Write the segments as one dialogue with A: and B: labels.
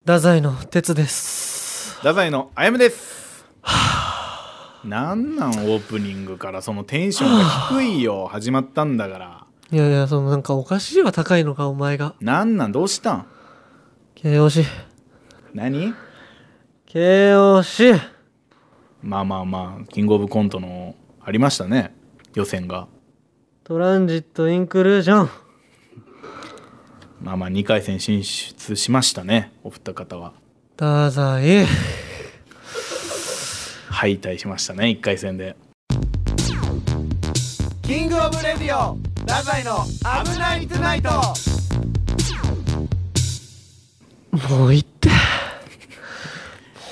A: 太宰の鉄です
B: 太宰のあやむですなんなんオープニングからそのテンションが低いよ始まったんだから
A: いやいやそのなんかおかしいは高いのかお前が
B: なんなんどうしたん
A: 形容詞
B: 何
A: 形容詞
B: まあまあまあキングオブコントのありましたね予選が
A: トランジットインクルージョン
B: まあまあ2回戦進出しましたねお二方は
A: 太宰
B: 敗退しましたね1回戦で
C: キングオブレディオダザイの危ないトゥナイト
A: もういいって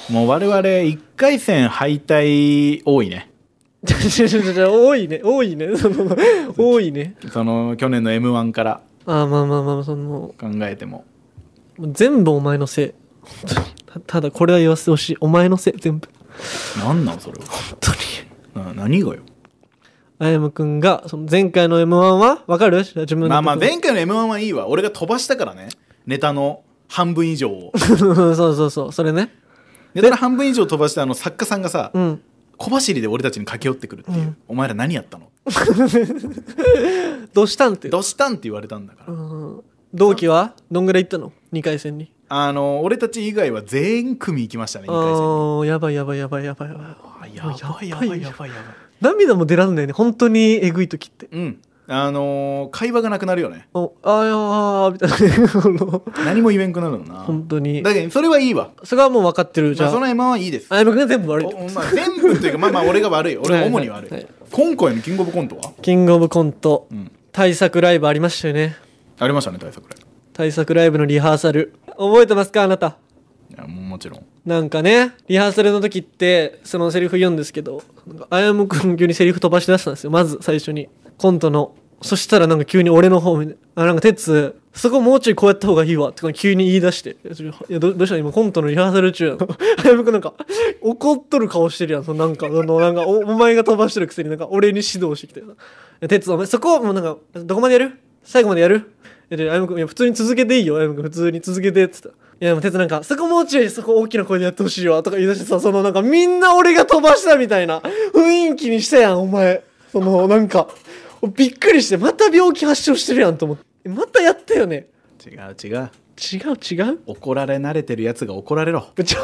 B: もう我々1回戦敗退多いね
A: ちょちょちょちょ多いね多いねそ の多いね
B: その去年の m 1から
A: あーまあまあまあその
B: 考えても
A: 全部お前のせい本当にたただこれは言わせてほしいお前のせい全部
B: なんなんそれは
A: 本当に
B: な何がよ
A: あやむくんがその前回の m 1はわかる自分の
B: まあまあ
A: とこ
B: 前回の m 1はいいわ俺が飛ばしたからねネタの半分以上 を
A: そうそうそうそれね
B: ネタの半分以上飛ばしてあの作家さんがさ、
A: うん
B: 小走りで俺たちに駆け寄ってくるっていう、お前ら何やったの
A: どうしたんって
B: どうしたんって言われたんだから、
A: うん同期はどんぐらい行ったの2回戦に
B: あの俺たち以外は全組行きましたね
A: あー
B: 1
A: やばいやばいやばいやばいやば
B: 回
A: い
B: 戦あやばいやばいやばいやばい
A: 涙も出らんないね本当にえぐい時って
B: うんあのー会話がなくなるよね
A: おあーあーみたいな あの
B: 何も言えんくなるのな
A: 本当に
B: だけどそれはいいわ
A: それはもう分かってるじ
B: ま
A: ゃ
B: あ、その
A: あ
B: m 1はいいです
A: あやむくんが全部悪いってこと
B: おまあ、全部というかまあまあ俺が悪い俺が主に悪い,、
A: はいはいはい
B: 今回のキングオブコントは
A: キングオブコント、
B: ん
A: 対策ライブありましたよね
B: ありましたね対策で
A: 対策ライブのリハーサル覚えてますかあなた
B: いやもうもちろん
A: なんかねリハーサルの時ってそのセリフ言うんですけどなんかあやむくん急にセリフ飛ばし出したんですよまず最初にコントのそしたらなんか急に俺の方にあなんか鉄そこもうちょいこうやった方がいいわって急に言い出していやちょいやどどうしたの今コントのリハーサル中なのあやむくんなんか怒っとる顔してるやんそのなんかあのなんかおお前が飛ばしてるくせになんか俺に指導してきたよないや鉄お前そこもうなんかどこまでやる最後までやるいや、あやむくん、いや、普通に続けていいよ、あやむくん、普通に続けて、っつった。いや、でも、鉄なんか、そこもうちょい、そこ大きな声でやってほしいわ、とか言い出してさ、そのなんか、みんな俺が飛ばしたみたいな雰囲気にしたやん、お前。その、なんか、びっくりして、また病気発症してるやん、と思って。えまたやったよね。
B: 違う違う
A: 違う、違う
B: 怒られ慣れてるやつが怒られろ
A: ちょっ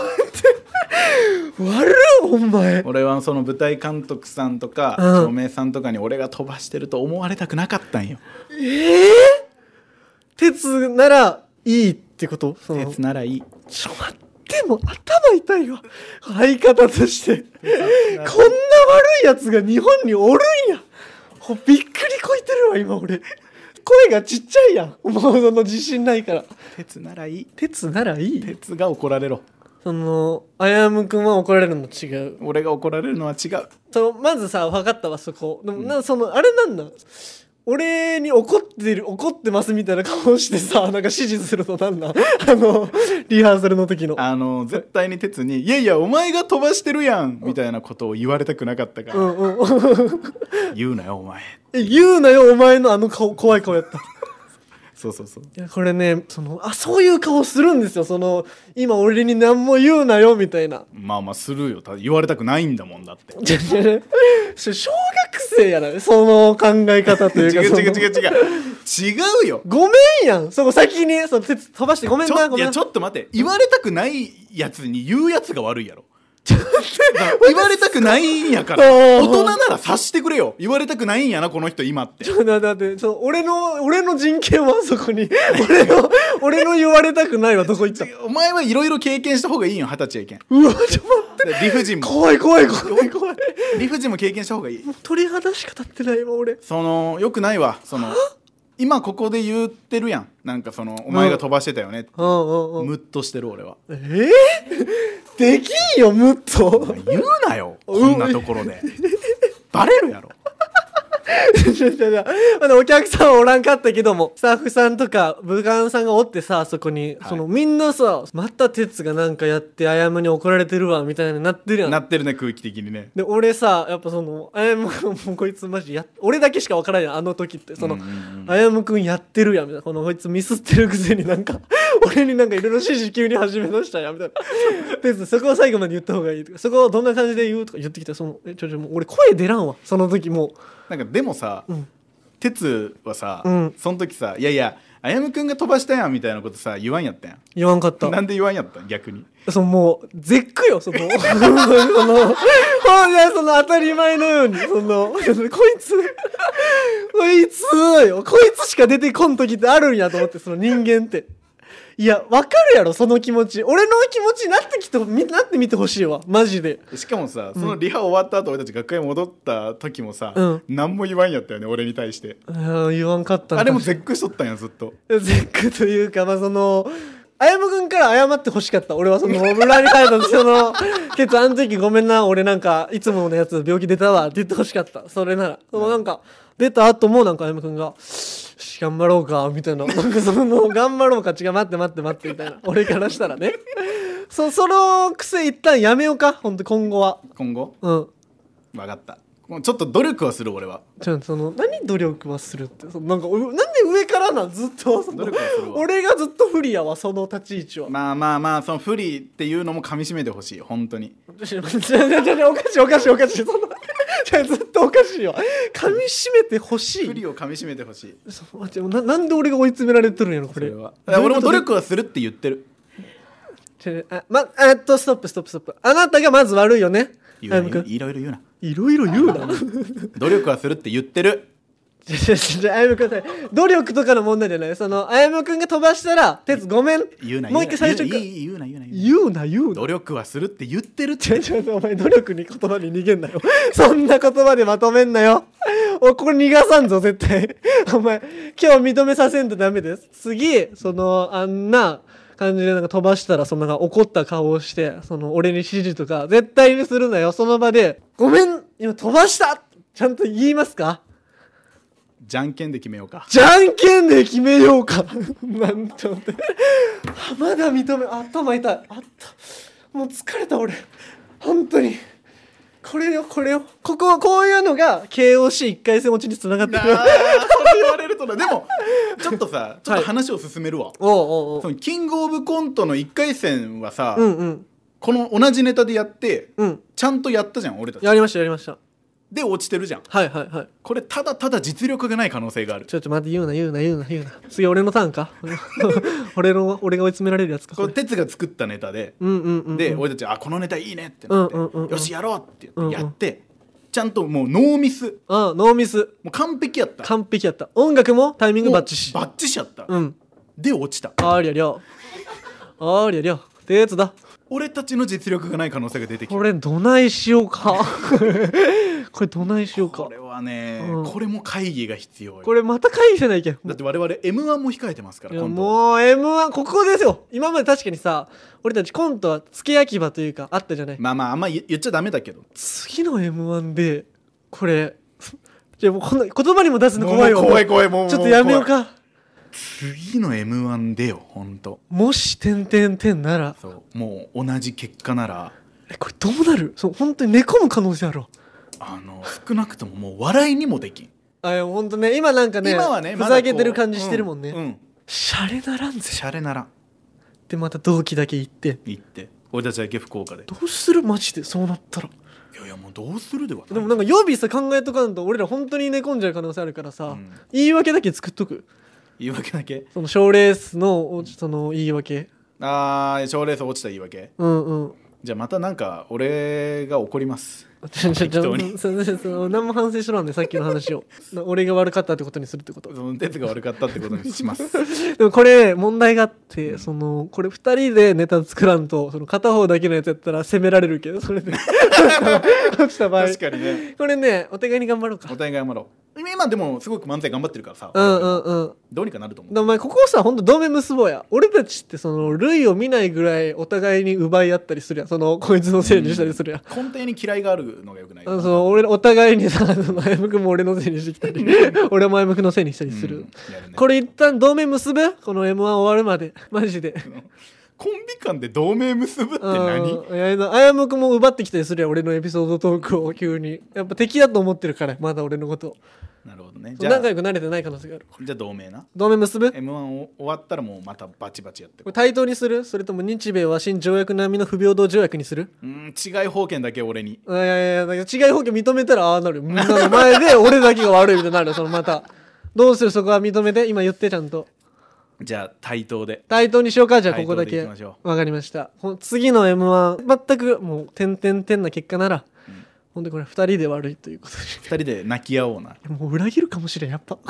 A: と待って、悪っ、お前。
B: 俺はその舞台監督さんとか
A: うん
B: 照明さんとかに俺が飛ばしてると思われたくなかったんよ
A: ええ鉄なら、いいってことその
B: 鉄ならいい
A: ちょ、待って、もう頭痛いわ。相方と して。こんな悪い奴が日本におるんや。ほびっくりこいてるわ、今俺。声がちっちゃいやん。もうその自信ないから。
B: 鉄ならいい
A: 鉄ならいい
B: 鉄が怒られろ
A: その、あやむくんは怒られるの違う。
B: 俺が怒られるのは違う
A: その、まずさ、分かったわ、そこ。でも、な、その、あれなんなん俺に怒ってる、怒ってますみたいな顔してさ、なんか指示するのなんなんあの、リハーサルの時の。
B: あの絶対に鉄に「いやいやお前が飛ばしてるやん」みたいなことを言われたくなかったか
A: う
B: ら
A: んうん。
B: 「言うなよお前
A: え言うなよお前のあの顔怖い顔やったい」
B: そうそうそう
A: やこれねそのあそういう顔するんですよその今俺に何も言うなよみたいな
B: まあまあするよた言われたくないんだもんだって
A: じゃじゃ小学生やなその考え方と
B: 違う
A: いうか
B: 違う
A: その
B: 違う違う違うよ
A: ごめんやんそこ先にその手飛ばしてごめん
B: ち
A: な
B: ょ
A: ごめ
B: い
A: ん
B: や
A: な
B: ちょっと待って言われたくないやつに言うやつが悪い やろ言われたくないんやから
A: あ
B: 大
A: ー
B: 人なら察してくれよ言われたくないんやなこの人今って
A: ちょだだってそう俺の俺の人権はそこに 俺の俺の言われたくないはどこ行った
B: お前はいろいろ経験した方がいいよ二十歳やけん
A: うわちょっと待って
B: で理不尽も
A: 怖い怖い怖い怖い
B: 理不尽も経験した方がいい
A: 鳥肌しか立ってない今俺
B: そのよくないわその今ここで言ってるやんなんかそのお前が飛ばしてたよね
A: うんうんうん
B: ムッとしてる俺は
A: えー、できんよムッと
B: 言うなよこんなところでバレるやろ
A: いやいやいや あのお客さんはおらんかったけどもスタッフさんとか武官さんがおってさそこに、
B: はい
A: そのみんなさまた哲がなんかやってあやむに怒られてるわみたいになってるや
B: なんってるね空気的にね
A: で俺さやっぱそのあやむくん もうこいつマジや俺だけしか分からんやんあの時ってその、
B: うんうんうん
A: あやむくんやってるやんみたいなこのこいつミスってるくせになんか 俺になんかいろいろ指示急に始めましたよみたいな哲そこを最後まで言った方がいいとかそこをどんな感じで言うとか言ってきたらそのえちょちょもう俺声出らんわその時もう
B: なんかでもさ、
A: ん
B: 鉄はさ、
A: うん
B: その時さ「いやいやあやむくんが飛ばしたやん」みたいなことさ言わんやったやん
A: 言わんかった
B: なんで言わんやったん逆に
A: そのもう絶句よそのそのほんでその当たり前のようにそのこいつこいつよこいつしか出てこん時ってあるんやと思ってその人間っていやわかるやろその気持ち俺の気持ちになってきてみなってみてほしいわマジで
B: しかもさそのリハ終わった後俺たち学園戻った時もさ、
A: うん
B: 何も言わんやったよね俺に対して
A: うん言わんかったな
B: あれも絶句しとったんやずっと
A: 絶句というかまあその歩夢君から謝ってほしかった俺はその村に帰った時その「ケツあの時ごめんな俺なんかいつものやつ病気出たわ」って言ってほしかったそれならそのなんか出た後もなんか歩夢君が「よし頑張ろうか」みたいななんかその「頑張ろうか」違う待って待って待ってみたいな俺からしたらねそその癖一旦やめようかほんと今後は
B: 今後
A: うん
B: 分かったもうちょっと努力はする俺は
A: ちょその何努力はするってそのなんかうなんで上からなんずっとその
B: 努力はするわ
A: 俺がずっと不利やわその立ち位置は
B: まあまあまあその不利っていうのも噛み締めてほしい本当に
A: ちょちょちょちょおかしいおかしいおかしいそんなちょずっとおかしいよ噛み締めてほし
B: 不
A: い
B: 利を噛み締めてほしい
A: そう待ってななんで俺が追い詰められてるんやろこ
B: そ
A: れ
B: れは俺も努力はするって言ってる
A: ちょあまあえっとストップストップストップあなたがまず悪いよね
B: 言う
A: 歩
B: な
A: 夢君
B: いろいろ言うない
A: ろいろ言うな
B: 努力はするって言ってる
A: じゃじゃじゃあやむくんさ努力とかの問題じゃないそのあやむくんが飛ばしたら「鉄ごめん」
B: 言うな
A: もう一回最初
B: 言う
A: か
B: な言うな言うな言うな言
A: 言
B: うな
A: うな言うな
B: 努力はするって言ってるっ
A: ちょ
B: て
A: ちょお前努力に言葉に逃げんなよ そんな言葉でまとめんなよ おここ逃がさんぞ絶対 お前今日認めさせんとダメです次そのあんな感じでなんか飛ばしたらそのなんか怒った顔をしてその俺に指示とか絶対にするなよその場で「ごめん今飛ばした!」ちゃんと言いますか
B: じゃんけんで決めようか
A: じゃんけんで決めようかなんと思ってあまだ認め頭痛いあったもう疲れた俺本当にこれよこれよこここういうのが KOC1 回戦落ちにつながって
B: なあ
A: く
B: そ
A: る
B: れ言われるとなでもちょっとさちょっ
A: は
B: と
A: い
B: 話を進めるわ、
A: おうおうお
B: そうのキングオブコントの1回戦はさ、
A: うんうん
B: この同じネタでやって、
A: うん
B: ちゃんとやったじゃん俺たち
A: やりましたやりました
B: で落ちてるじゃん
A: はいはいはい
B: これただただ実力がない可能性がある
A: ちょっと待って言うな言うな言うな言うな次俺のターンか 俺の俺が追い詰められるやつか
B: こ
A: こ
B: れ
A: れ
B: 哲が作ったネタで、
A: うんうんうん
B: で俺たち「あこのネタいいね」ってなって「
A: うんうんうんうん
B: よしやろう」って
A: うん
B: 言
A: う
B: っ
A: ん
B: てやって、ちゃんともうノーミスも
A: あノーミス
B: う完璧やった
A: 完璧やった音楽もタイミング
B: も
A: バ
B: う
A: ッチし
B: バッチしやった、
A: うん
B: で落ちた
A: ありゃりゃ。ありゃりゃ。てつだ。
B: 俺たちの実力がない可能性が出てきた
A: これ、どないしようか。 これ、どないしようか
B: こ。れはね、
A: うん
B: これも会議が必要よ
A: これ、また会議せないけん。
B: だって我々 m 1も控えてますか
A: い
B: ら
A: や
B: 今度
A: もう M1 ここですよ今まで確かにさ俺たちコントは付け焼き場というかあったじゃない
B: まあまああんま言言っちゃダメだけど
A: 次の M1 でこれじゃもうこんな言葉にも出すの
B: もう
A: 怖いわ
B: 怖い怖いもう
A: ちょっとやめよう
B: も怖い
A: か
B: 次の m 1でよほんと
A: もし点々点なら
B: そうもう同じ結果なら
A: えこれどうなるそう本当に寝込む可能性あるわ
B: あの少なくとももう笑いにもできん、
A: あいや本当ね今なんかね
B: 今はね
A: ふ
B: まだ
A: ざ
B: こう
A: けてる感じしてるもんね、
B: うん、うん、
A: シャレならんぜ
B: シャレならん
A: でまた同期だけ行って
B: 言って俺たちだけ福岡で
A: どうするマジでそうなったら
B: いやいやもうどうするではない
A: でもなんか予備さ考えとかんと俺ら本当に寝込んじゃう可能性あるからさ、
B: うん
A: 言い訳だけ作っとく
B: 言い訳だけ
A: その賞レースのおその言い訳
B: あー賞レース落ちた言い訳
A: うんうん
B: じゃあまたなんか俺が怒ります
A: ちょちょち
B: 適当
A: ょ
B: に
A: そそそ何も反省しろんでさっきの話をな俺が悪かったってことにするってこと
B: その哲が悪かったってことにし ます
A: でもこれ問題があって、そのこれ2人でネタ作らんとその片方だけのやつやったら責められるけどそれで落ちた場合
B: 確かにね
A: これねお互いに頑張ろうか
B: お互い頑張ろう今でもすごく漫才頑張ってるからさ、
A: うんうんうん
B: どうにかなると思う
A: でお前ここさほんと同盟結ぼうや俺たちってその類を見ないぐらいお互いに奪い合ったりするやんそのこいつのせいにしたりするやん、
B: 根底に嫌いがあるのがよくない
A: あのその俺らお互いにさその歩夢君も俺のせいにしてきたり俺も歩夢君のせいにしたりする、
B: うんやるね
A: これ一旦同盟結ぶこの m 1終わるまでマジで
B: コンビ間で同盟結ぶって何
A: うんいやなあやむくんも奪ってきたりするやん俺のエピソードトークを急にやっぱ敵だと思ってるからまだ俺のこと
B: なるほどねじゃあ
A: 仲良くなれてない可能性がある
B: じゃあ同盟な
A: 同盟結ぶこ
B: m 1終わったらもうまたバチバチやってこ
A: れ対等にするそれとも日米和親条約並みの不平等条約にする
B: ううん違い保険だけ俺に
A: いやいやいやだから違い保険認めたらああなるよみんなの前で俺だけが悪いみたいになるよそのまたどうするそこは認めて今言ってちゃんと
B: じゃあ対等で
A: 対等にしようかじゃあここだ
B: 対等でい
A: け
B: きましょ
A: わかりましたほん次の m 1全くもう点々点な結果なら、ほんでこれ2人で悪いということで
B: 二人で泣き合おうな
A: もう裏切るかもしれんやっぱ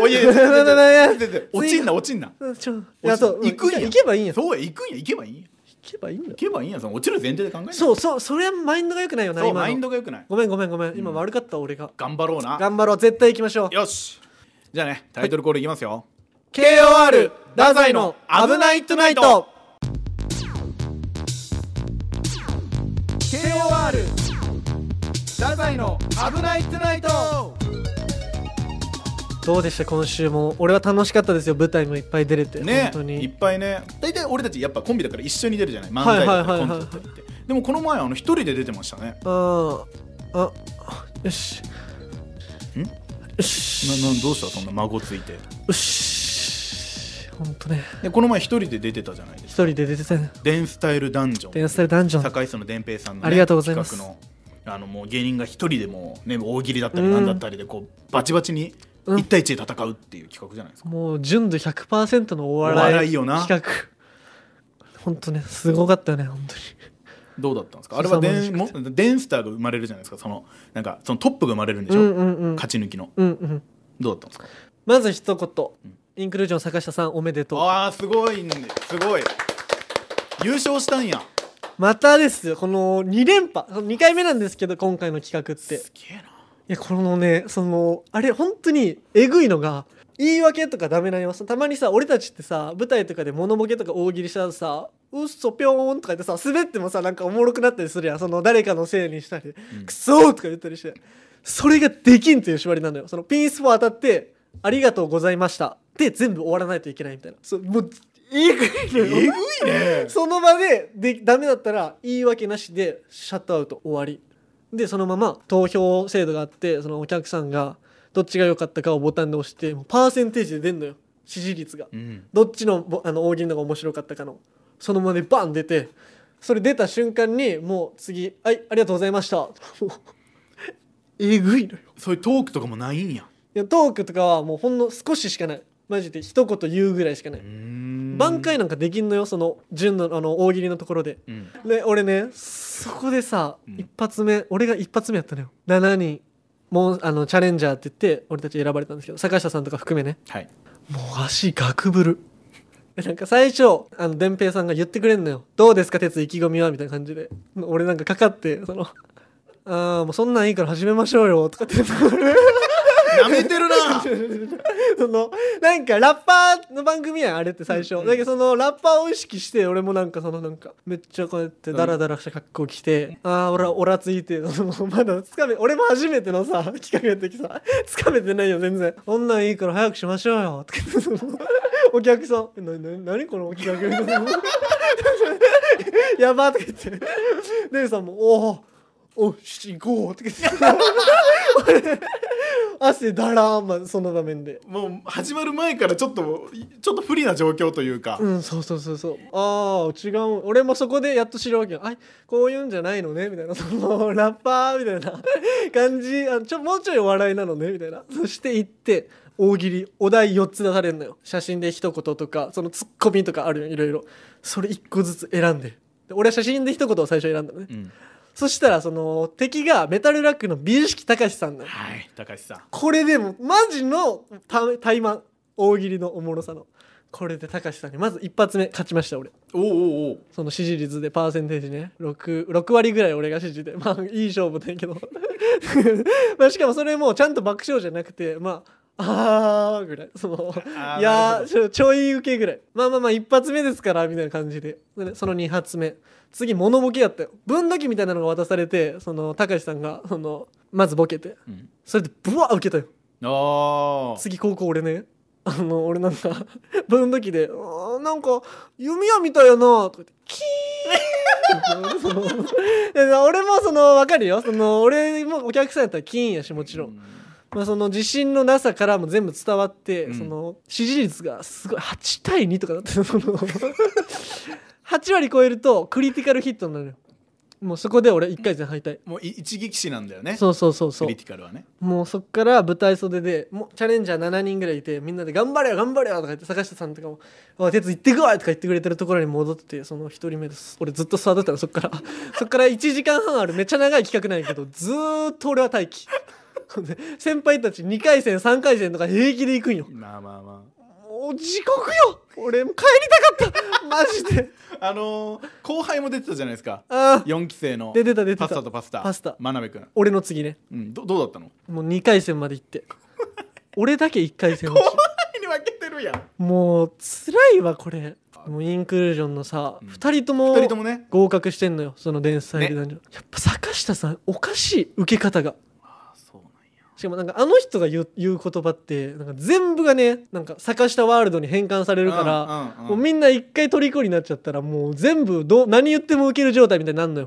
B: おいやいやいやいやいやいや落ちんな落ちんな
A: ちょいやそう
B: 行くんや
A: 行けばいいんや行
B: そうや行くんや行けばいいんや
A: けばいいんだよ
B: 行けばいいんやその落ちる前提で考えな
A: そうそうそれはマインドが良くないよな
B: そう
A: 今の
B: マインドが良くない
A: ごめんごめんごめん今悪かった俺が
B: 頑張ろうな
A: 頑張ろう絶対行きましょう
B: よしじゃあねタイトルコールいきますよ
A: KOR 太宰の危ないトゥナイト
C: KOR 太宰の危ないトゥナイト
A: どうでした今週も俺は楽しかったですよ舞台もいっぱい出れて、
B: ね
A: 本当
B: いっ
A: に
B: ぱいね大体俺たちやっぱコンビだから一緒に出るじゃない漫才だった
A: はい
B: り
A: はいは
B: コン
A: いはい
B: トだったりってでもこの前あの一人で出てましたね
A: あーあよし
B: ん
A: よし
B: ななどうしたそんな孫ついて
A: よしほんとね
B: でこの前一人で出てたじゃないです
A: 一
B: か
A: 人で出てたね
B: 「デンスタイルダンジョン」
A: デンスタイルダンジョン
B: 堺磯の伝平さんの、ね、
A: ありがとうございます
B: 企画のあのもう芸人が一人でもう、ね、大喜利だったりなんだったりでこうバチバチに
A: うん
B: 1対1で戦うっていう企画じゃないですか、
A: もう純度100%のお
B: お笑
A: 笑
B: い
A: い
B: よな
A: 企画ほんとねすごかったよねほんとに
B: どうだったんですかあれはデン
A: 凄ま
B: もデンスターが生まれるじゃないですかそのなんかそのトップが生まれるんでし
A: う
B: ょ、
A: んうんうん
B: 勝ち抜きの
A: うんうん
B: どうだったんです
A: まず一言、インクルージョン坂下さんおめで
B: か
A: とう
B: ああすごいんですごい優勝したんや
A: またですよこの2連覇2回目なんですけど今回の企画って
B: すげえない
A: やこのねそのあれ本当にえぐいのが言い訳とかダメなりますたまにさ俺たちってさ舞台とかでモノボケとか大喜利したらさ「うっそぴょーん」とか言ってさ滑ってもさなんかおもろくなったりするやんその誰かのせいにしたり「くそー」とか言ったりしてそれができんという縛りなのよそのピンスポ当たって「ありがとうございました」で全部終わらないといけないみたいなそうもうえぐいのよ
B: えぐいね
A: その場ででダメだったら言い訳なしでシャットアウト終わりでそのまま投票制度があってそのお客さんがどっちが良かったかをボタンで押してもうパーセンテージで出んのよ支持率が、
B: うん
A: どっちのぼあの大喜利のが面白かったかのそのままでバン出てそれ出た瞬間にもう次「はいありがとうございました」 もうえぐいのよ
B: そういうトークとかもないんや
A: いやトークとかはもうほんの少ししかないマジで一言言うぐらいしかない、
B: うーん
A: 挽回なんかできんのよその純のあの大喜利のところで
B: うん
A: で俺ねそこでさ、
B: うん
A: 一発目俺が一発目やったのよ7人もうあのチャレンジャーって言って俺たち選ばれたんですけど坂下さんとか含めね
B: はい
A: もう足ガクブルでなんか最初あの伝平さんが言ってくれんのよ「どうですか鉄意気込みは」みたいな感じで俺なんかかかってその「ああもうそんなんいいから始めましょうよ」とかって
B: なめてるな
A: そのなんかラッパーの番組やんあれって最初、だけどそのラッパーを意識して俺もなんかそのなんかめっちゃこうやってダラダラした格好着て、ああ俺はオラついて そのまだつかめ俺も初めてのさ企画やってきさつかめてないよ全然こんなんいいから早くしましょうよとか言ってそのお客さんえ「なな何この企画」み たいなやばとか言って姉さんも「おおおし行こう」とか言って 俺汗だらーんまその場面で
B: もう始まる前からちょっとちょっと不利な状況というか、
A: うんそうそうそうそうああ違う俺もそこでやっと知るわけよあこういうんじゃないのねみたいなそのラッパーみたいな感じあちょもうちょいお笑いなのねみたいなそして行って大喜利お題4つ出されるのよ写真で一言とかそのツッコミとかあるよいろいろそれ1個ずつ選んでで俺は写真で一言を最初選んだのね、
B: ん
A: そしたらその敵がメタルラックの美意識隆さんなの
B: はい高橋さん
A: これでもマジのた怠慢大喜利のおもろさのこれで高橋さんにまず一発目勝ちました俺
B: おうおうおう
A: その支持率でパーセンテージね 6, 6割ぐらい俺が支持で まあいい勝負だけど まあしかもそれもちゃんと爆笑じゃなくてまああーぐらいその
B: あー
A: いや
B: な
A: ー
B: るほど
A: ちょちょい受けぐらいまあまあまあ一発目ですからみたいな感じででその2発目次物ボケやったよ分度器みたいなのが渡されてその高橋さんがそのまずボケて
B: うん
A: それでブワー受けたよ
B: あー
A: 次高校俺ね あの俺なんかその時で「あーなんか弓矢みたいやな」とか言って「キーン!」って言って そので俺もその分かるよその俺もお客さんやったらキーンやしもちろん、まあ、その自信のなさからも全部伝わって、
B: うん
A: その支持率がすごい8対2とかだってその 8割超えるとクリティカルヒットになるよもうそこで俺1回戦敗退
B: もうい一撃死なんだよね
A: そうそうそうそ
B: ク
A: う
B: リティカルはね
A: もうそっから舞台袖でもうチャレンジャー7人ぐらいいてみんなで「頑張れよ頑張れよ」とか言って坂下さんとかも「おい鉄行ってくわ」とか言ってくれてるところに戻ってその1人目です俺ずっと座ってたのそっから そっから1時間半あるめっちゃ長い企画なんやけどずーっと俺は待機で先輩たち2回戦3回戦とか平気で行くんよ
B: まあまあまあ
A: もう地獄よ俺もう帰りたかったマジで
B: あのー後輩も出てたじゃないですか
A: ああ
B: 4期生の
A: 出てた出てた
B: パスタとパスタ
A: パスタ
B: 真鍋君、
A: 俺の次ね
B: うん、どどうだったの
A: もう2回戦まで行って俺だけ1回戦落
B: 後
A: ち
B: 輩に分けてるやん
A: もう辛いわこれもうインクルージョンのさ、二2人とも
B: 二人ともね
A: 合格してんのよその伝説で男女、やっぱ坂下さんおかしい受け方が
B: あそうなんや
A: しかもなんかあの人が言う言う言葉ってなんか全部がねなんか坂下ワールドに変換されるから、
B: うんうんうん
A: もうみんな一回虜になっちゃったらもう全部どう何言っても受ける状態みたいになるのよ、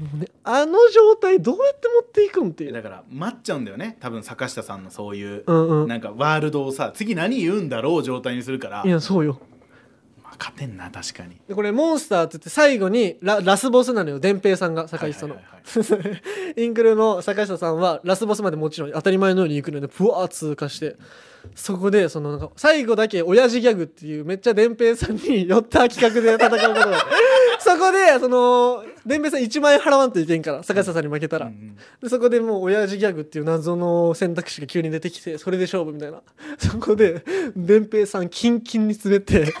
A: もうね、あの状態どうやって持っていくんってい
B: え
A: う
B: だから待っちゃうんだよね多分坂下さんのそういう、
A: うんうん
B: なんかワールドをさ次何言うんだろう状態にするから、
A: いやそうよ
B: まあ、勝てんな確かに
A: でこれモンスターって言って最後にララスボスなのよ伝平さんが坂下の、
B: はいはいはい
A: インクルの坂下さんはラスボスまでもちろん当たり前のように行くのでブワー通過してそこでそのなんか最後だけ親父ギャグっていうめっちゃ伝平さんに寄った企画で戦うことがそこでその伝平さん1万円払わんといけんから坂下さんに負けたら、
B: うんうん
A: でそこでもう親父ギャグっていう謎の選択肢が急に出てきてそれで勝負みたいなそこで伝平さんキンキンに滑って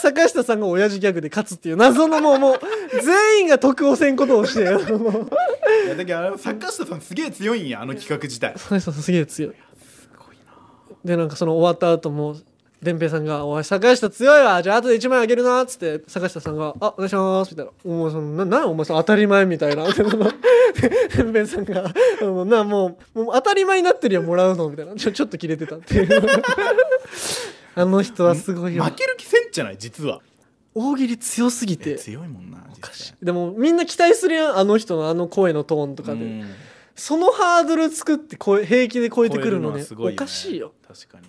A: 坂下さんが親父ギャグで勝つっていう謎のもうもう全員が得をせんことをしてもう
B: いやだけどあれ坂下さんすげえ強いんやあの企画自体
A: 坂下さんすげえ強い
B: すごいな
A: でなんかその終わった後も伝平さんが「おい坂下強いわじゃあ後で1枚あげるな」っつって坂下さんが「あお願いします」みたいな「お前そのななお前その当たり前」みたいなで伝平さんが「もうなもうもう当たり前になってるよもらうの」みたいなちょちょっとキレてたっていうあの人はすごいよ
B: 負ける気せんじゃない実は
A: 大喜利強すぎ
B: いや
A: て
B: 強いもんな
A: おか
B: 実
A: しい
B: 際
A: でもみんな期待するやんあの人のあの声のトーンとか
B: う
A: で
B: ん
A: そのハードル作って超え平気で超えてくるの
B: 超え
A: ね
B: はすご
A: おかしいよ
B: 確かに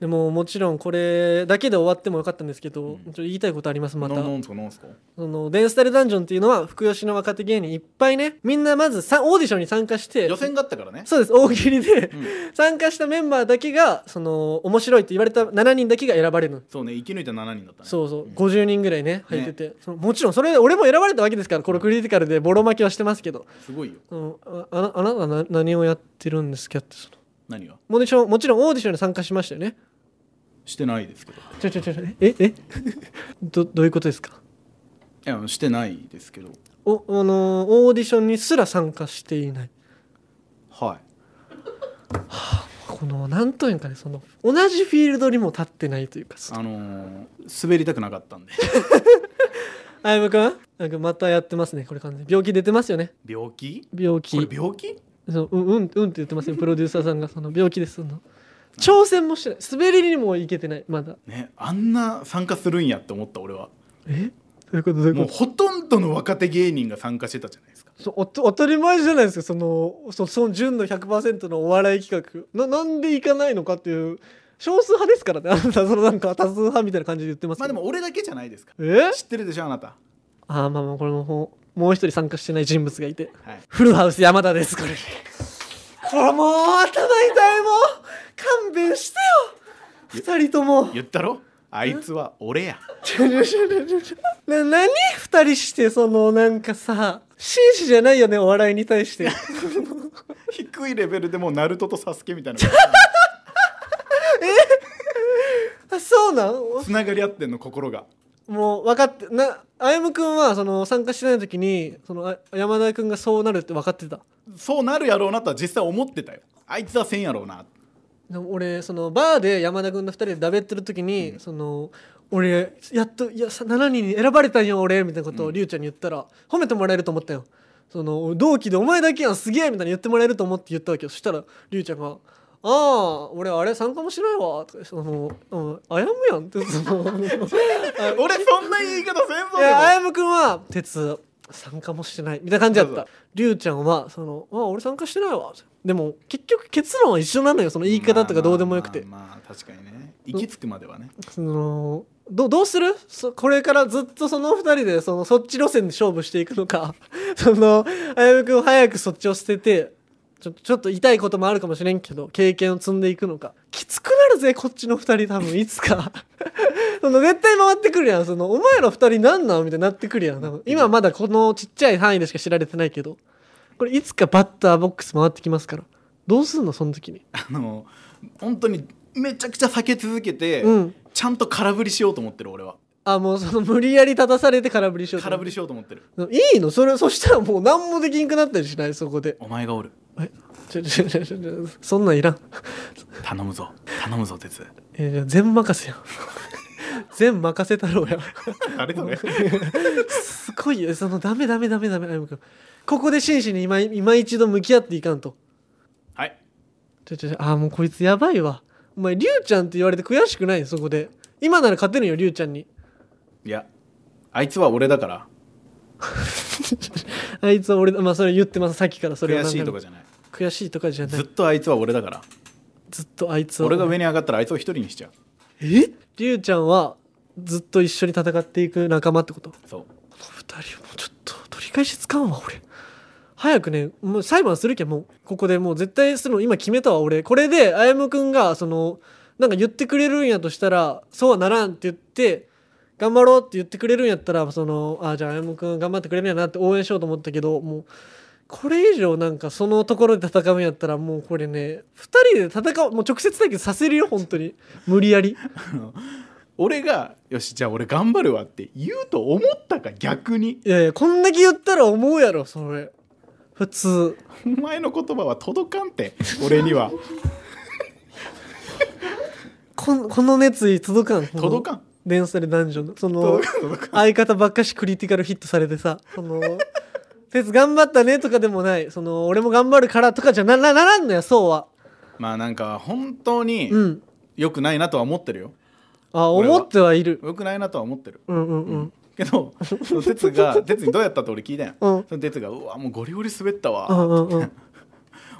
A: でももちろんこれだけで終わってもよかったんですけど、
B: うん
A: ちょっと言いたいことありますまた
B: ななんすかなんすか
A: そのデンスタルダンジョンっていうのは福吉の若手芸人いっぱいねみんなまずさオーディションに参加して
B: 予選があったからね
A: そうです大喜利で、
B: うん
A: 参加したメンバーだけがその面白いって言われた7人だけが選ばれるの
B: そうね生き抜いた7人だったね
A: そうそう、50人ぐらいね入ってて、そのもちろんそれ俺も選ばれたわけですからこのクリティカルでボロ負けはしてますけど、
B: すごいよ
A: うん、ああなあなたはな何をやってるんですかってその
B: 何が
A: オーディションもちろんオーディションに参加しましたよね
B: してないですけど
A: ちょちょちょちょええ どどういうことですか
B: いやしてないですけど
A: おあのーオーディションにすら参加していない
B: はい
A: このなんというかねその同じフィールドにも立ってないというか
B: あのー滑りたくなかったんで
A: あやむくんなんかまたやってますねこれ完全に病気出てますよね
B: 病気
A: 病気
B: これ病気
A: そのうんうんうんって言ってますよプロデューサーさんがその病気ですその挑戦もしてない滑りにもいけてないまだ
B: ねあんな参加するんやって思った俺は
A: えどういうことどういう
B: も
A: こ
B: う
A: と
B: ほとんどの若手芸人が参加してたじゃないですか
A: そおと当たり前じゃないですかそのそその純度100%のお笑い企画ななんでいかないのかっていう少数派ですからねあなたそのなんか多数派みたいな感じで言ってます
B: まあ
A: け
B: で
A: ど
B: も俺だけじゃないですか
A: え
B: 知ってるでしょあなた
A: あーまあまあこれもほうもう一人参加してない人物がいて
B: はい
A: フルハウス山田ですこれこれもう頭痛いもう勘弁してよ2人とも
B: 言ったろあいつは俺や
A: ちょちょちょちょちょ な何2人してそのなんかさ紳士じゃないよねお笑いに対して
B: 低いレベルでもうナルトとサスケみたいな
A: あそうなん
B: つながり合ってんの心が
A: もう分かってな歩夢君はその参加してない時にそのあ山田君がそうなるって分かってた
B: そうなるやろうなとは実際思ってたよあいつはせんやろうな
A: でも俺そのバーで山田君の2人でだべってる時に、その俺やっといやさ7人に選ばれたんよ俺みたいなことをりゅうちゃんに言ったら、褒めてもらえると思ったよその同期でお前だけやんすげえみたいな言ってもらえると思って言ったわけよそしたらりゅうちゃんが「 「ああ俺あれ参加もしないわ」とかその「うんあやむやん」ってそのあ
B: 俺そんな言い方せんぞ
A: いやあやむくんは鉄参加もしてないみたいな感じだっ
B: そう
A: たりゅうちゃんはその「あ俺参加してないわ」でも結局結論は一緒なのよその言い方とかどうでもよくて、
B: まあまあまあ確かにね行き着くまではね
A: そのどどうするそこれからずっとその二人でそのそっち路線で勝負していくのか そのあやむくんを早くそっちを捨ててちょちょっと痛いこともあるかもしれんけど経験を積んでいくのかきつくなるぜこっちの二人多分いつか その絶対回ってくるやんそのお前ら二人なんなんみたいになってくるやん多分今まだこのちっちゃい範囲でしか知られてないけどこれいつかバッターボックス回ってきますからどうすんのその時に
B: あの本当にめちゃくちゃ避け続けて、
A: うん
B: ちゃんと空振りしようと思ってる俺は
A: あもうその無理やり立たされて空振りしようと思
B: 空
A: う
B: 振りしようと思ってる
A: いいのそれそしたらもう何もできんくなったりしないそこで
B: お前がおる
A: えちょちょちょちょちょそんなんいらん
B: 頼むぞ頼むぞ鉄
A: えじゃあ全任せやん全任せ太郎やん
B: あれだね
A: すごいよそのダメダメダメダメ歩夢君ここで真摯に今今一度向き合っていかんと
B: はい
A: ちょちょちょあーもうこいつやばいわお前龍ちゃんって言われて悔しくないそこで今なら勝てるよ龍ちゃんに
B: いやあいつは俺だから
A: あいつは俺だまあそれ言ってますさっきからそれを
B: 悔
A: 何
B: しい
A: 回
B: と
A: も
B: かじゃない
A: 悔しいとかじゃな
B: ずっ
A: い
B: とあいつは俺だから
A: ずっとあいつは
B: 俺が上に上がったらあいつを一人にしちゃう
A: えりゅうちゃんはずっと一緒に戦っていく仲間ってことこ
B: そう
A: の二人もうちょっと取り返しつかんわ俺早くねもう裁判するけんもうここでもう絶対するの今決めたわ俺これであやむくんがそのなんか言ってくれるんやとしたらそうはならんって言って頑張ろうって言ってくれるんやったらそのあじゃああやむくん頑張ってくれるんやなって応援しようと思ったけどもうこれ以上なんかそのところで戦うんやったらもうこれね2人で戦うもう直接対決させるよ本当に無理やり
B: 俺がよしじゃあ俺頑張るわって言うと思ったか逆に
A: いやいやこんだけ言ったら思うやろそれ普通
B: お前の言葉は届かんて俺に は
A: こんこの熱意届かん
B: 届かん
A: 連鎖で男女のその
B: 届かん届かん
A: 相方ばっかしクリティカルヒットされてさその 「哲頑張ったね」とかでもないその俺も頑張るからとかじゃななならんのやそうは
B: まあなんか本当に
A: うん
B: 良くないなとは思ってるよ
A: あ
B: 俺は
A: 思ってはいる
B: 良くないなとは思ってる
A: うんうんうん
B: けどその哲 が哲にどうやったって俺聞いたやん、
A: うん
B: その哲がうわもうゴリゴリ滑った
A: う
B: わ、
A: んうんうん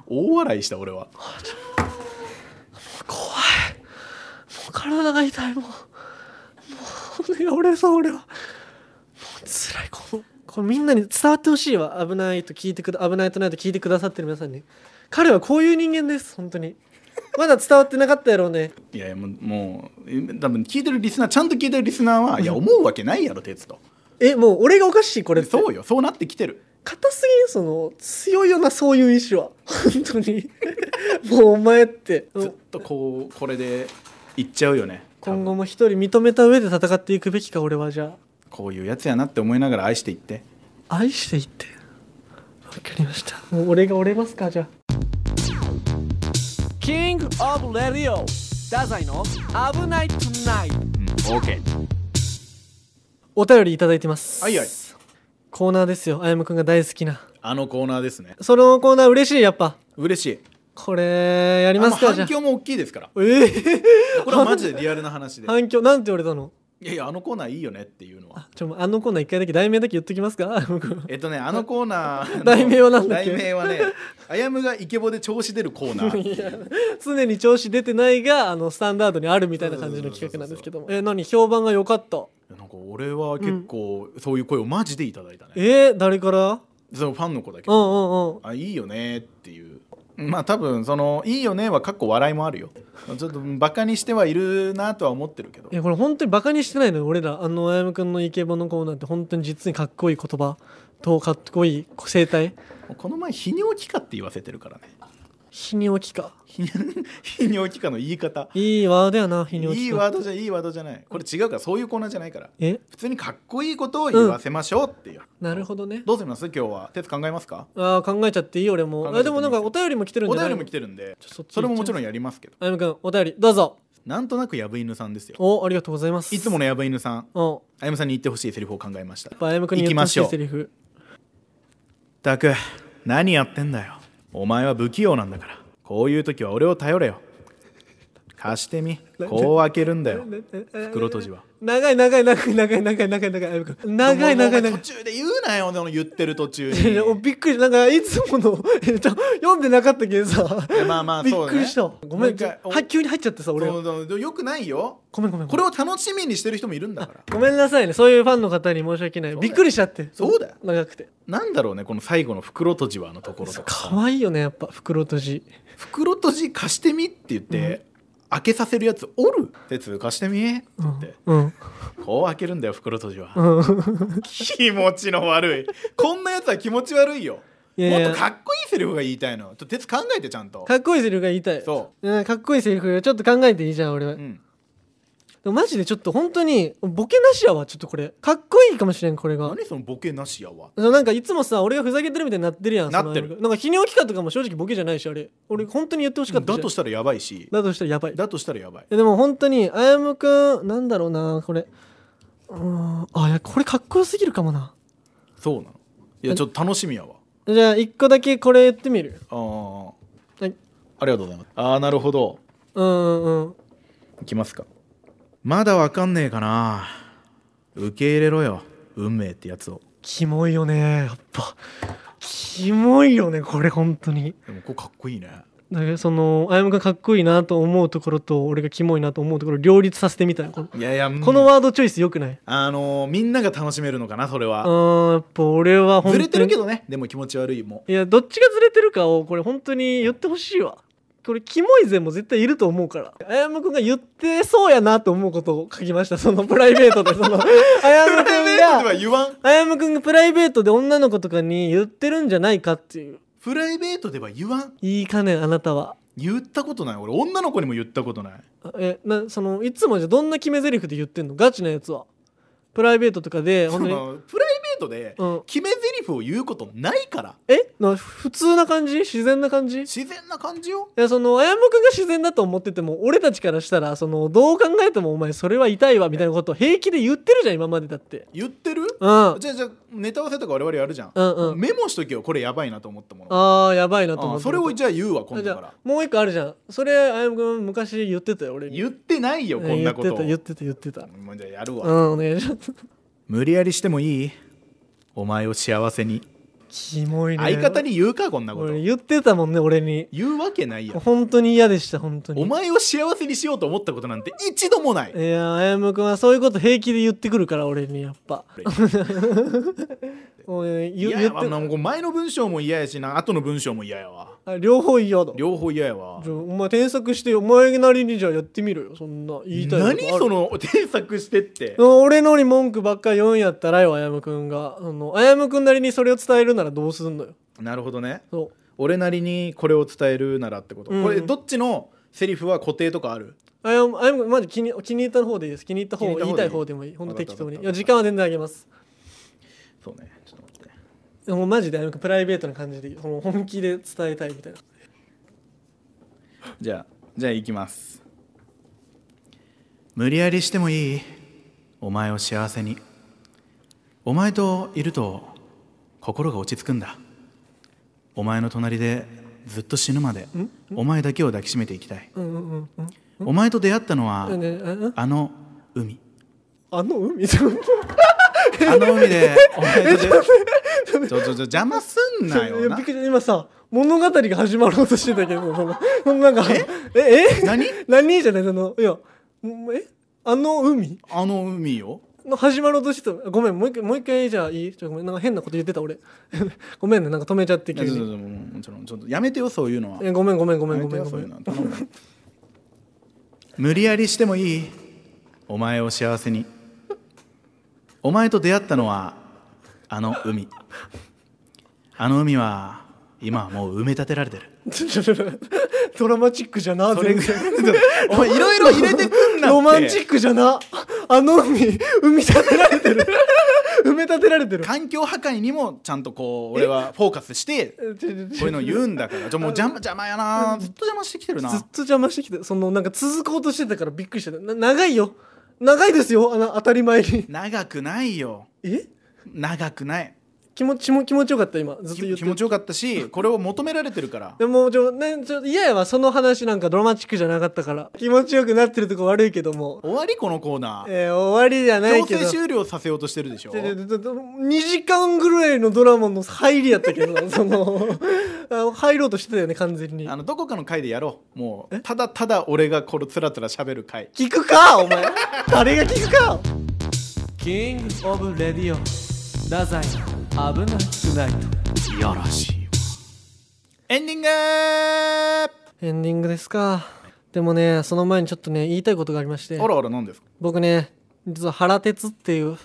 B: 大笑いした俺は
A: 怖いもう体が痛いもうもうね俺さ俺はもう辛いこのこれみんなに伝わってほしいわ危ないと聞いてくだ危ないとないと聞いてくださってる皆さんに彼はこういう人間です本当にまだ伝わってなかったやろうね
B: いやいやもうもう多分聞いてるリスナーちゃんと聞いてるリスナーはいや思うわけないやろ哲と
A: えもう俺がおかしいこれって
B: そうよそうなってきてる
A: 硬すぎんその強いよなそういう意志は本当に もうお前って
B: ずっとこうこれでいっちゃうよね多
A: 今
B: 分
A: 後も一人認めた上で戦っていくべきか俺はじゃあ
B: こういうやつやなって思いながら愛していって
A: 愛していってわかりましたもう俺が折れますかじゃあ
C: キングオブレディオ太宰の危ないトゥナイト
B: うん OK
A: お便りいただいてます
B: はいはい
A: コーナーですよあやむくんが大好きな
B: あのコーナーですね
A: そのコーナー嬉しいやっぱ
B: 嬉しい
A: これやり
B: あ
A: ま
B: の
A: すかじゃ
B: 反
A: あ
B: 響も大きいですから
A: えー、
B: これはマジでリアル な話で
A: 反響なんて言われたの
B: いやいやあのコーナーいいよねっていうのは
A: あちょもうあのコーナー一回だけ題名だけ言っときますかあやむくん
B: えっとねあのコーナー の
A: 題名はなんだっけ
B: 題名はねあやむがイケボで調子出るコーナー
A: 常に調子出てないがあのスタンダードにあるみたいな感じの企画なんですけどもえ何評判が良かった
B: なんか俺は結構そういう声をマジでいただいたね、
A: えー、誰から
B: そのファンの子だけ
A: う
B: ど、
A: んうんうん
B: あいいよねっていうまあ多分その「いいよね」はかっこ笑いもあ るよちょっとバカにしてはいるなとは思ってるけど
A: いやこれ本当にバカにしてないのよ俺らあのあやむくんのイケボのコーナーって本当に実にかっこいい言葉とかっこいい生態
B: この前「泌尿器科」って言わせてるからね
A: 泌尿器か
B: 泌尿泌尿器科の言い方
A: いいワードやな泌尿器科
B: いいワードじゃいいワードじゃないこれ違うからそういうコーナーじゃないから
A: え
B: 普通にかっこいいことを言わせましょうっていう、
A: なるほどね
B: どうします今日は鉄考えますか
A: ああ考えちゃっていい俺も
B: 考えちゃ
A: あ
B: って
A: で
B: いい
A: もなんかお便りも来てるん
B: お
A: じゃな
B: 便
A: い
B: りも来てるんで
A: ちょそっち
B: それももちろん
A: 行っ
B: やりますけど
A: ちゃうあやむくんお便りどうぞ
B: なんとなくやぶ犬さんですよ
A: おありがとうございます
B: いつものやぶ犬さん
A: うん
B: あやむさんに言ってほしいセリフを考えました
A: やっぱあやむくんに言ってほしいセリフ
B: ったく何やってんだよお前は不器用なんだからこういう時は俺を頼れよ貸してみこう開けるんだよ袋閉じは
A: 長い長い長い長い長い長い長いあやむくん長い長い長
B: も
A: い
B: うお前途中で言うなよでも言ってる途中
A: いやい やお
B: に
A: びっくりなんかいつもの えちょ読んでなかったけどさ
B: いやまあまあ
A: びっ
B: そうだね
A: くりしたごめ
B: もうん一回お
A: は急に入っちゃってさ俺
B: そうそうよくないよ
A: ごめんごめん
B: これを楽しみにしてる人もいるんだから
A: ごめんなさいねそういうファンの方に申し訳ない
B: そうだ
A: び
B: よ
A: っくりしちゃって
B: そうだよ
A: 長くて
B: なんだろうねこの最後の袋閉じはのところとかさ
A: 可愛いよねやっぱ袋閉じ
B: 袋閉じ貸してみって言って、開けさせるやつおる鉄貸してみって言って、
A: うん
B: こう開けるんだよ袋閉じは、
A: うん
B: 気持ちの悪いこんなやつは気持ち悪いよ
A: いやいや
B: もっとかっこいいセリフが言いたいのちょっと鉄考えてちゃんと
A: かっこいいセリフが言いたい
B: そ
A: うんかっこいいセリフちょっと考えていいじゃん俺は、
B: う、う
A: で
B: ん、
A: もマジでちょっと本当にボケなしやわちょっとこれかっこいいかもしれんこれが
B: 何そのボケなしやわ
A: そうなんかいつもさ俺がふざけてるみたいになってるやんその
B: なってる
A: なんか泌尿器科とかも正直ボケじゃないしあれ俺本当に言ってほしか
B: だ
A: ったじゃん
B: としたらやばいし
A: だとしたらやばい
B: だとしたらやばい
A: えでも本当にあやむくんなんだろうなこれうーんあいやこれかっこよすぎるかもな
B: そうなのいやちょっと楽しみやわ
A: じゃあ一個だけこれ言ってみる
B: あー
A: はい
B: ありがとうございますああなるほど
A: うんうんうん
B: いきますかまだわかんねえかな受け入れろよ運命ってやつを
A: キモいよねやっぱキモいよねこれ本当に
B: でもこれかっこいいね
A: だからそのあやむくんかっこいいなと思うところと俺がキモいなと思うところを両立させてみたいこの,、
B: いやいや
A: この
B: は
A: ワードチョイスよくない
B: あのーみんなが楽しめるのかなそれ
A: あ
B: は
A: ーやっぱ俺は本当
B: ず
A: に
B: れてるけどねでも気持ち悪いも
A: いやどっちがずれてるかをこれ本当に言ってほしいわこれキモい勢も絶対いると思うからあやむくんが言ってそうやなと思うことを書きましたそのプライベー トでそのあやむくん
B: プラ
A: が
B: イベートでは言わん
A: あやむくんがプライベートで女の子とかに言ってるんじゃないかっていう
B: プライベートでは言わん
A: いいかねあなたは
B: 言ったことない俺女の子にも言ったことない
A: あえなそのいつもじゃあどんな決め台詞で言ってんのガチなやつはプライベートとかで
B: そ
A: 本当に
B: のプライベートで
A: うん
B: 決め台詞を言うことないから
A: えな普通な感じ自然な感じ
B: 自然な感じよ
A: いやそのあやむくんが自然だと思ってても俺たちからしたらそのどう考えてもお前それは痛いわみたいなことを平気で言ってるじゃん今までだ って
B: 言ってる
A: うんあ
B: じゃあじゃあネタ合わせとか我々やるじゃん、
A: うんうん
B: メモしとけよこれやばいなと思ったもの
A: あーやばいなと思っ
B: あ
A: て
B: それをじゃあ言うわ今
A: じ
B: 度
A: ゃ
B: から
A: あもう一個あるじゃんそれあやむくん昔言ってたよ俺に
B: 言ってないよこんなことを
A: うん言ってた言ってた言って
B: もうじゃあやる
A: た
B: わ、
A: うんお願いします
B: 無理やりしてもいいお前を幸せに
A: キモいね
B: 相方に言うかこんなこと
A: 俺言ってたもんね俺に
B: 言うわけないやん
A: 本当に嫌でした本当に
B: お前を幸せにしようと思ったことなんて一度もない
A: いやあやむくんはそういうこと平気で言ってくるから俺にやっ ぱ もうね
B: い
A: 言
B: や
A: 言
B: や
A: っ
B: わ
A: て
B: なんか前の文章も嫌やしな後の文章も嫌やわ
A: あ両方嫌だ
B: 両方嫌やわ
A: じゃあお前添削してお前なりにじゃあやってみろよそんな言いたいことある
B: 何その添削してって
A: 俺のに文句ばっか言うんやったらよあやむくんがあのあやむくんなりにそれを伝えるならどうすんのよ
B: なるほどね
A: そう
B: 俺なりにこれを伝えるならってこと、
A: うん
B: これどっちのセリフは固定とかある
A: あやむあやむくんマジ気に気に入った方でいいです気に入った方
B: 気に入
A: 言い
B: っ
A: たい
B: た方でいい
A: 方でもいいほんと適当にいや
B: わかったわかった
A: 時間は全然あげます
B: そうねちょっと待って
A: でもうマジであやむくんプライベートな感じでいいその本気で伝えたいみたいな
B: じゃあじゃあ行きます無理やりしてもいいお前を幸せにお前といると心が落ち着くんだお前の隣でずっと死ぬまでお前だけを抱きしめていきたい
A: うんうんうん
B: お前と出会ったのは
A: うんねあ
B: あの海
A: あの海ちょっ
B: あの海でお前と出会っちょちょちょ邪魔すん
A: と
B: ないよ
A: や
B: な
A: びっくりした今さ物語が始まろうとしてたけどそのそのなんかえええ
B: 何
A: 何じゃないそのいやんえあの海
B: あの海よ
A: の始まろうとしてたごめんもう一回もう一回じゃあいいちょごめんなんか変なこと言ってた俺 ごめんねなんか止めちゃって
B: いや
A: 急
B: ちょちょ
A: に
B: ちょもちろんちょっとやめてよそういうのは
A: えごめんごめんごめん
B: や
A: ご
B: め
A: め
B: て
A: ん
B: よ
A: ご
B: そう
A: め
B: いうんの頼む無理やりしてもいいお前を幸せにお前と出会ったのはあの海あの海は今はもう埋め立てられてる
A: ドラマチックじゃな
B: それ
A: 全
B: ぐ
A: 然
B: らいお前いろいろ入れてくんなって
A: ロマンチックじゃなあの海埋め立てられてる 埋め立てられてる
B: 環境破壊にもちゃんとこう俺はフォーカスしてこ
A: えちょちょちょ
B: ういうのを言うんだからちょもう邪魔邪魔やなずっと邪魔してきてるな
A: ずっと邪魔してきてそのなんか続こうとしてたからびっくりしてたな長いよ長いですよあの当たり前に
B: 長くないよ
A: え
B: 長くない
A: 気持ちも気持ちよかった今ずっと言
B: き
A: って
B: 気持ちよかったしこれを求められてるから
A: でもちょ,、ね、ちょ嫌やわその話なんかドラマチックじゃなかったから気持ちよくなってるとこ悪いけども、
B: 終わりこのコーナー
A: えー終わりじゃない
B: 強
A: けど
B: 制終了させようとしてるでしょ
A: 2時間ぐらいのドラマの入りやったけどそのあの入ろうとしてたよね完全に
B: あのどこかの回でやろうもうただただ俺がこのつらつら喋る回
A: 聞くかお前誰が聞くかキングオブレディオ太宰危なくない
B: いやらしいわエンディングあ
A: エンディングですかでもねその前にちょっとね言いたいことがありまして
B: らあら何ですか
A: 僕ね実は「原鉄」っていう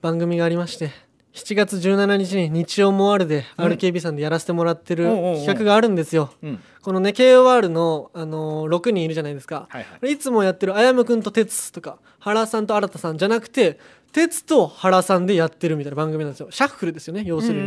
A: 番組がありまして7月17日に日曜モアルで RKB さんでやらせてもらってる
B: おうおうおう
A: 企画があるんですよ
B: うん
A: このね KOR の、あのー6人いるじゃないですか、
B: はいはい
A: い、つもやってるあやむくんと哲とか原さんと新田さんじゃなくて哲と原さんでやってるみたいな番組なんですよシャッフルですよね要する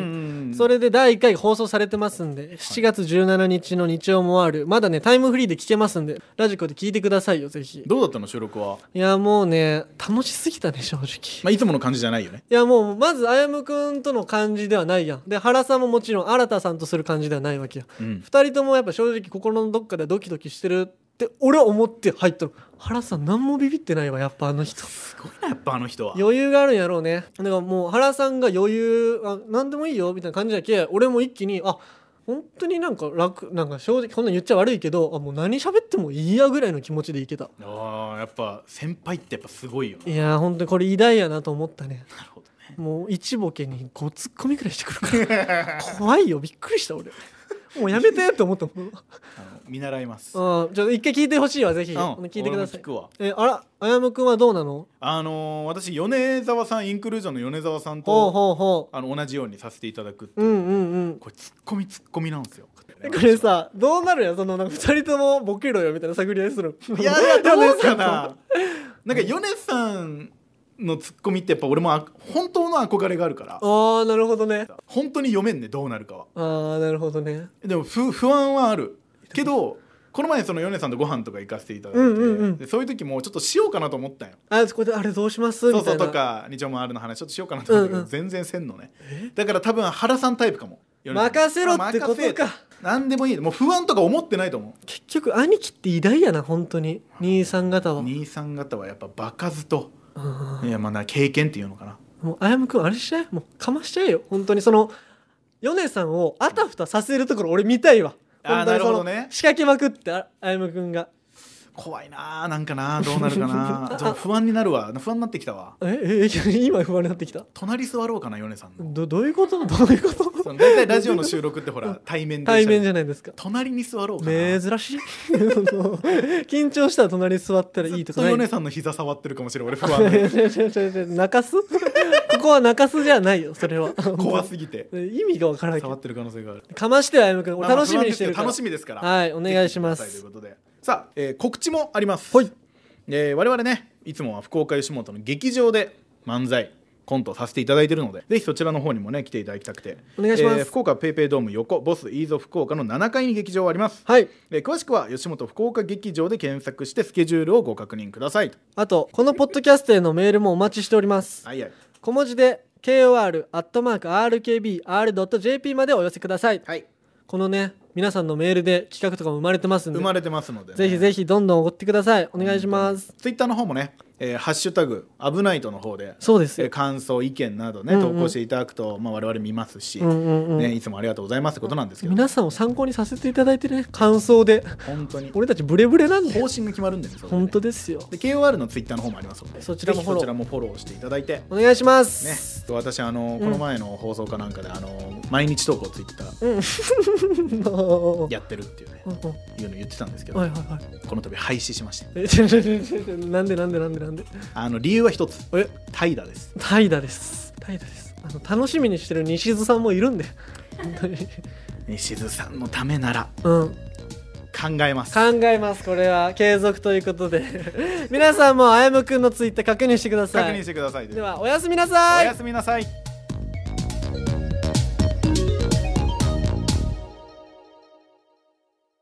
A: に、そ
B: れ
A: れで第1回放送されてますんで7月17日の日曜もあるまだねタイムフリーで聞けますんでラジコで聞いてくださいよぜひ
B: どうだったの収録は、
A: いやもうね楽しすぎたね正直
B: まあ、いつもの感じじゃないよね
A: いやもうまずあやむくんとの感じではないやんで原さんももちろん新田さんとする感じではないわけよ
B: うん
A: 2人ともやっぱ正直心のどっかでドキドキしてるって俺は思って入ったの原さん何もビビってないわやっぱあの人
B: すごいなやっぱあの人は
A: 余裕があるんやろうねだからもう原さんが余裕あ何でもいいよみたいな感じだけ俺も一気にあ本当になんか楽なんか正直こんなん言っちゃ悪いけどあもう何喋ってもいいやぐらいの気持ちでいけた
B: あーやっぱ先輩ってやっぱすごいよない
A: やー本当にこれ偉大やなと思ったね
B: なるほどね
A: もう一ボケに5ツッコミぐらいしてくるから怖いよびっくりした俺もうやめてって思ったもんうん
B: あの見習います、
A: ちょっと一回聞いてほしいわぜひ、
B: うん
A: 聞いてください
B: 俺も聞くわ
A: えあらあやむくんはどうなの
B: あのー私米沢さんインクルージョンの米沢さんと
A: ほうほうほ
B: あの同じようにさせていただくって
A: う
B: いううん
A: うんうん
B: これツッコミツッコミなんですよ
A: えこれさどうなるやんそのなんか2人ともボケろよみたいな探り合いするの
B: いやいやどうか
A: なん
B: ななんかヨネさんのツッコミってやっぱ俺もあ本当の憧れがあるから
A: あーなるほどね
B: 本当に読めんねどうなるかは
A: あーなるほどね
B: でも不不安はあるけどこの前そのヨネさんとご飯とか行かせていただいて、
A: うんうんうん
B: でそういう時もちょっとしようかなと思ったんよ
A: あそこであれどうしますみ
B: そ
A: た
B: う
A: いな
B: そうとか日曜もあるの話ちょっとしようかなと思ったけど、
A: うんうん
B: 全然せんのねだから多分原さんタイプかもヨネさん
A: 任せろってことか
B: あ任せって何でもいいもう不安とか思ってないと思う
A: 結局兄貴って偉大やな本当に兄さん方は
B: 兄さん方はやっぱ場数と
A: うん
B: いやまあな経験っていうのかな
A: もうあやむくんあれしちゃえもうかましちゃえよ本当にその米さんをあたふたさせるところ俺見たいわ
B: あー
A: 本当にその
B: なるほどね
A: 仕掛けまくってああやむくんが
B: 怖いなあなんかなあ どうなるかなちょっと不安になるわ不安になってきたわ
A: えええ今不安になってきた
B: 隣座ろうかなヨネさんの
A: どどういうことどういうこと
B: その大体ラジオの収録って ほら対面で
A: 対面じ
B: ゃ
A: ゃないですか
B: 隣に座ろうかな
A: 珍しい 緊張したら隣に座ったらいいとか
B: ずっと
A: ない
B: ヨネさんの膝触ってるかもしれん俺不
A: 違
B: 安
A: う
B: で
A: 違う違う違う泣かす ここは泣かすじゃないよそれは
B: 怖すぎ て
A: 意味がわからない
B: 触ってる可能性がある
A: かましてあやむくん
B: まあまあ
A: 楽しみにしてるから
B: 不安ですけど楽しみですから
A: はいお願いしま
B: ぜひ
A: す
B: 見てくださいということでさあ、えー告知もあります
A: はい
B: えー我々ねいつもは福岡吉本の劇場で漫才コントをさせていただいているのでぜひそちらの方にもね来ていただきたくて
A: お願いします
B: 福岡ペイペイドーム横ボスイーゾ福岡の7階に劇場あります、
A: はい
B: えー詳しくは吉本福岡劇場で検索してスケジュールをご確認ください
A: あとこのポッドキャストへのメールもお待ちしております
B: はいはい
A: 小文字で kor.rkbr.jp までお寄せください
B: はい
A: このね皆さんのメールで企画とかも生まれてますんで
B: 生まれてますので、
A: ぜひぜ
B: ひ
A: ひどんどん送ってくださいお願いします
B: ツイッターの方もね、えーハッシュタグ危ないとの方で
A: そうです
B: えー
A: よ
B: 感想意見などね
A: うんう
B: 投
A: ん
B: 稿していただくと、まあ、我々見ますし、
A: うんうんうん
B: ね、いつもありがとうございますってことなんですけど
A: 皆さんを参考にさせていただいてね感想で
B: 本当に
A: 俺たちブレブレなんで
B: 方針が決まるんでねそれでね
A: 本当ですよ
B: で KOR のツイッターの方もありますので
A: そちらもフォロー
B: ぜひそちらもフォローしていただいて、ね、
A: お願いします、
B: 私あのこの前の放送かなんかで、あの毎日投稿ツイッター
A: おー
B: やってるっていうね、
A: うんうん
B: いうの言ってたんですけど、
A: はいはいはい
B: この度廃止しました
A: えちょちょちょちょなんでなんでなんでなんで
B: あの理由は一つ
A: え
B: 怠惰です
A: 怠惰です怠惰ですあの楽しみにしてる西津さんもいるんで本当に
B: 西津さんのためなら
A: うん
B: 考えます
A: 考えますこれは継続ということで皆さんもあやむくんのツイッター確認してください
B: 確認してください
A: ではおやすみなさい
B: おやすみなさい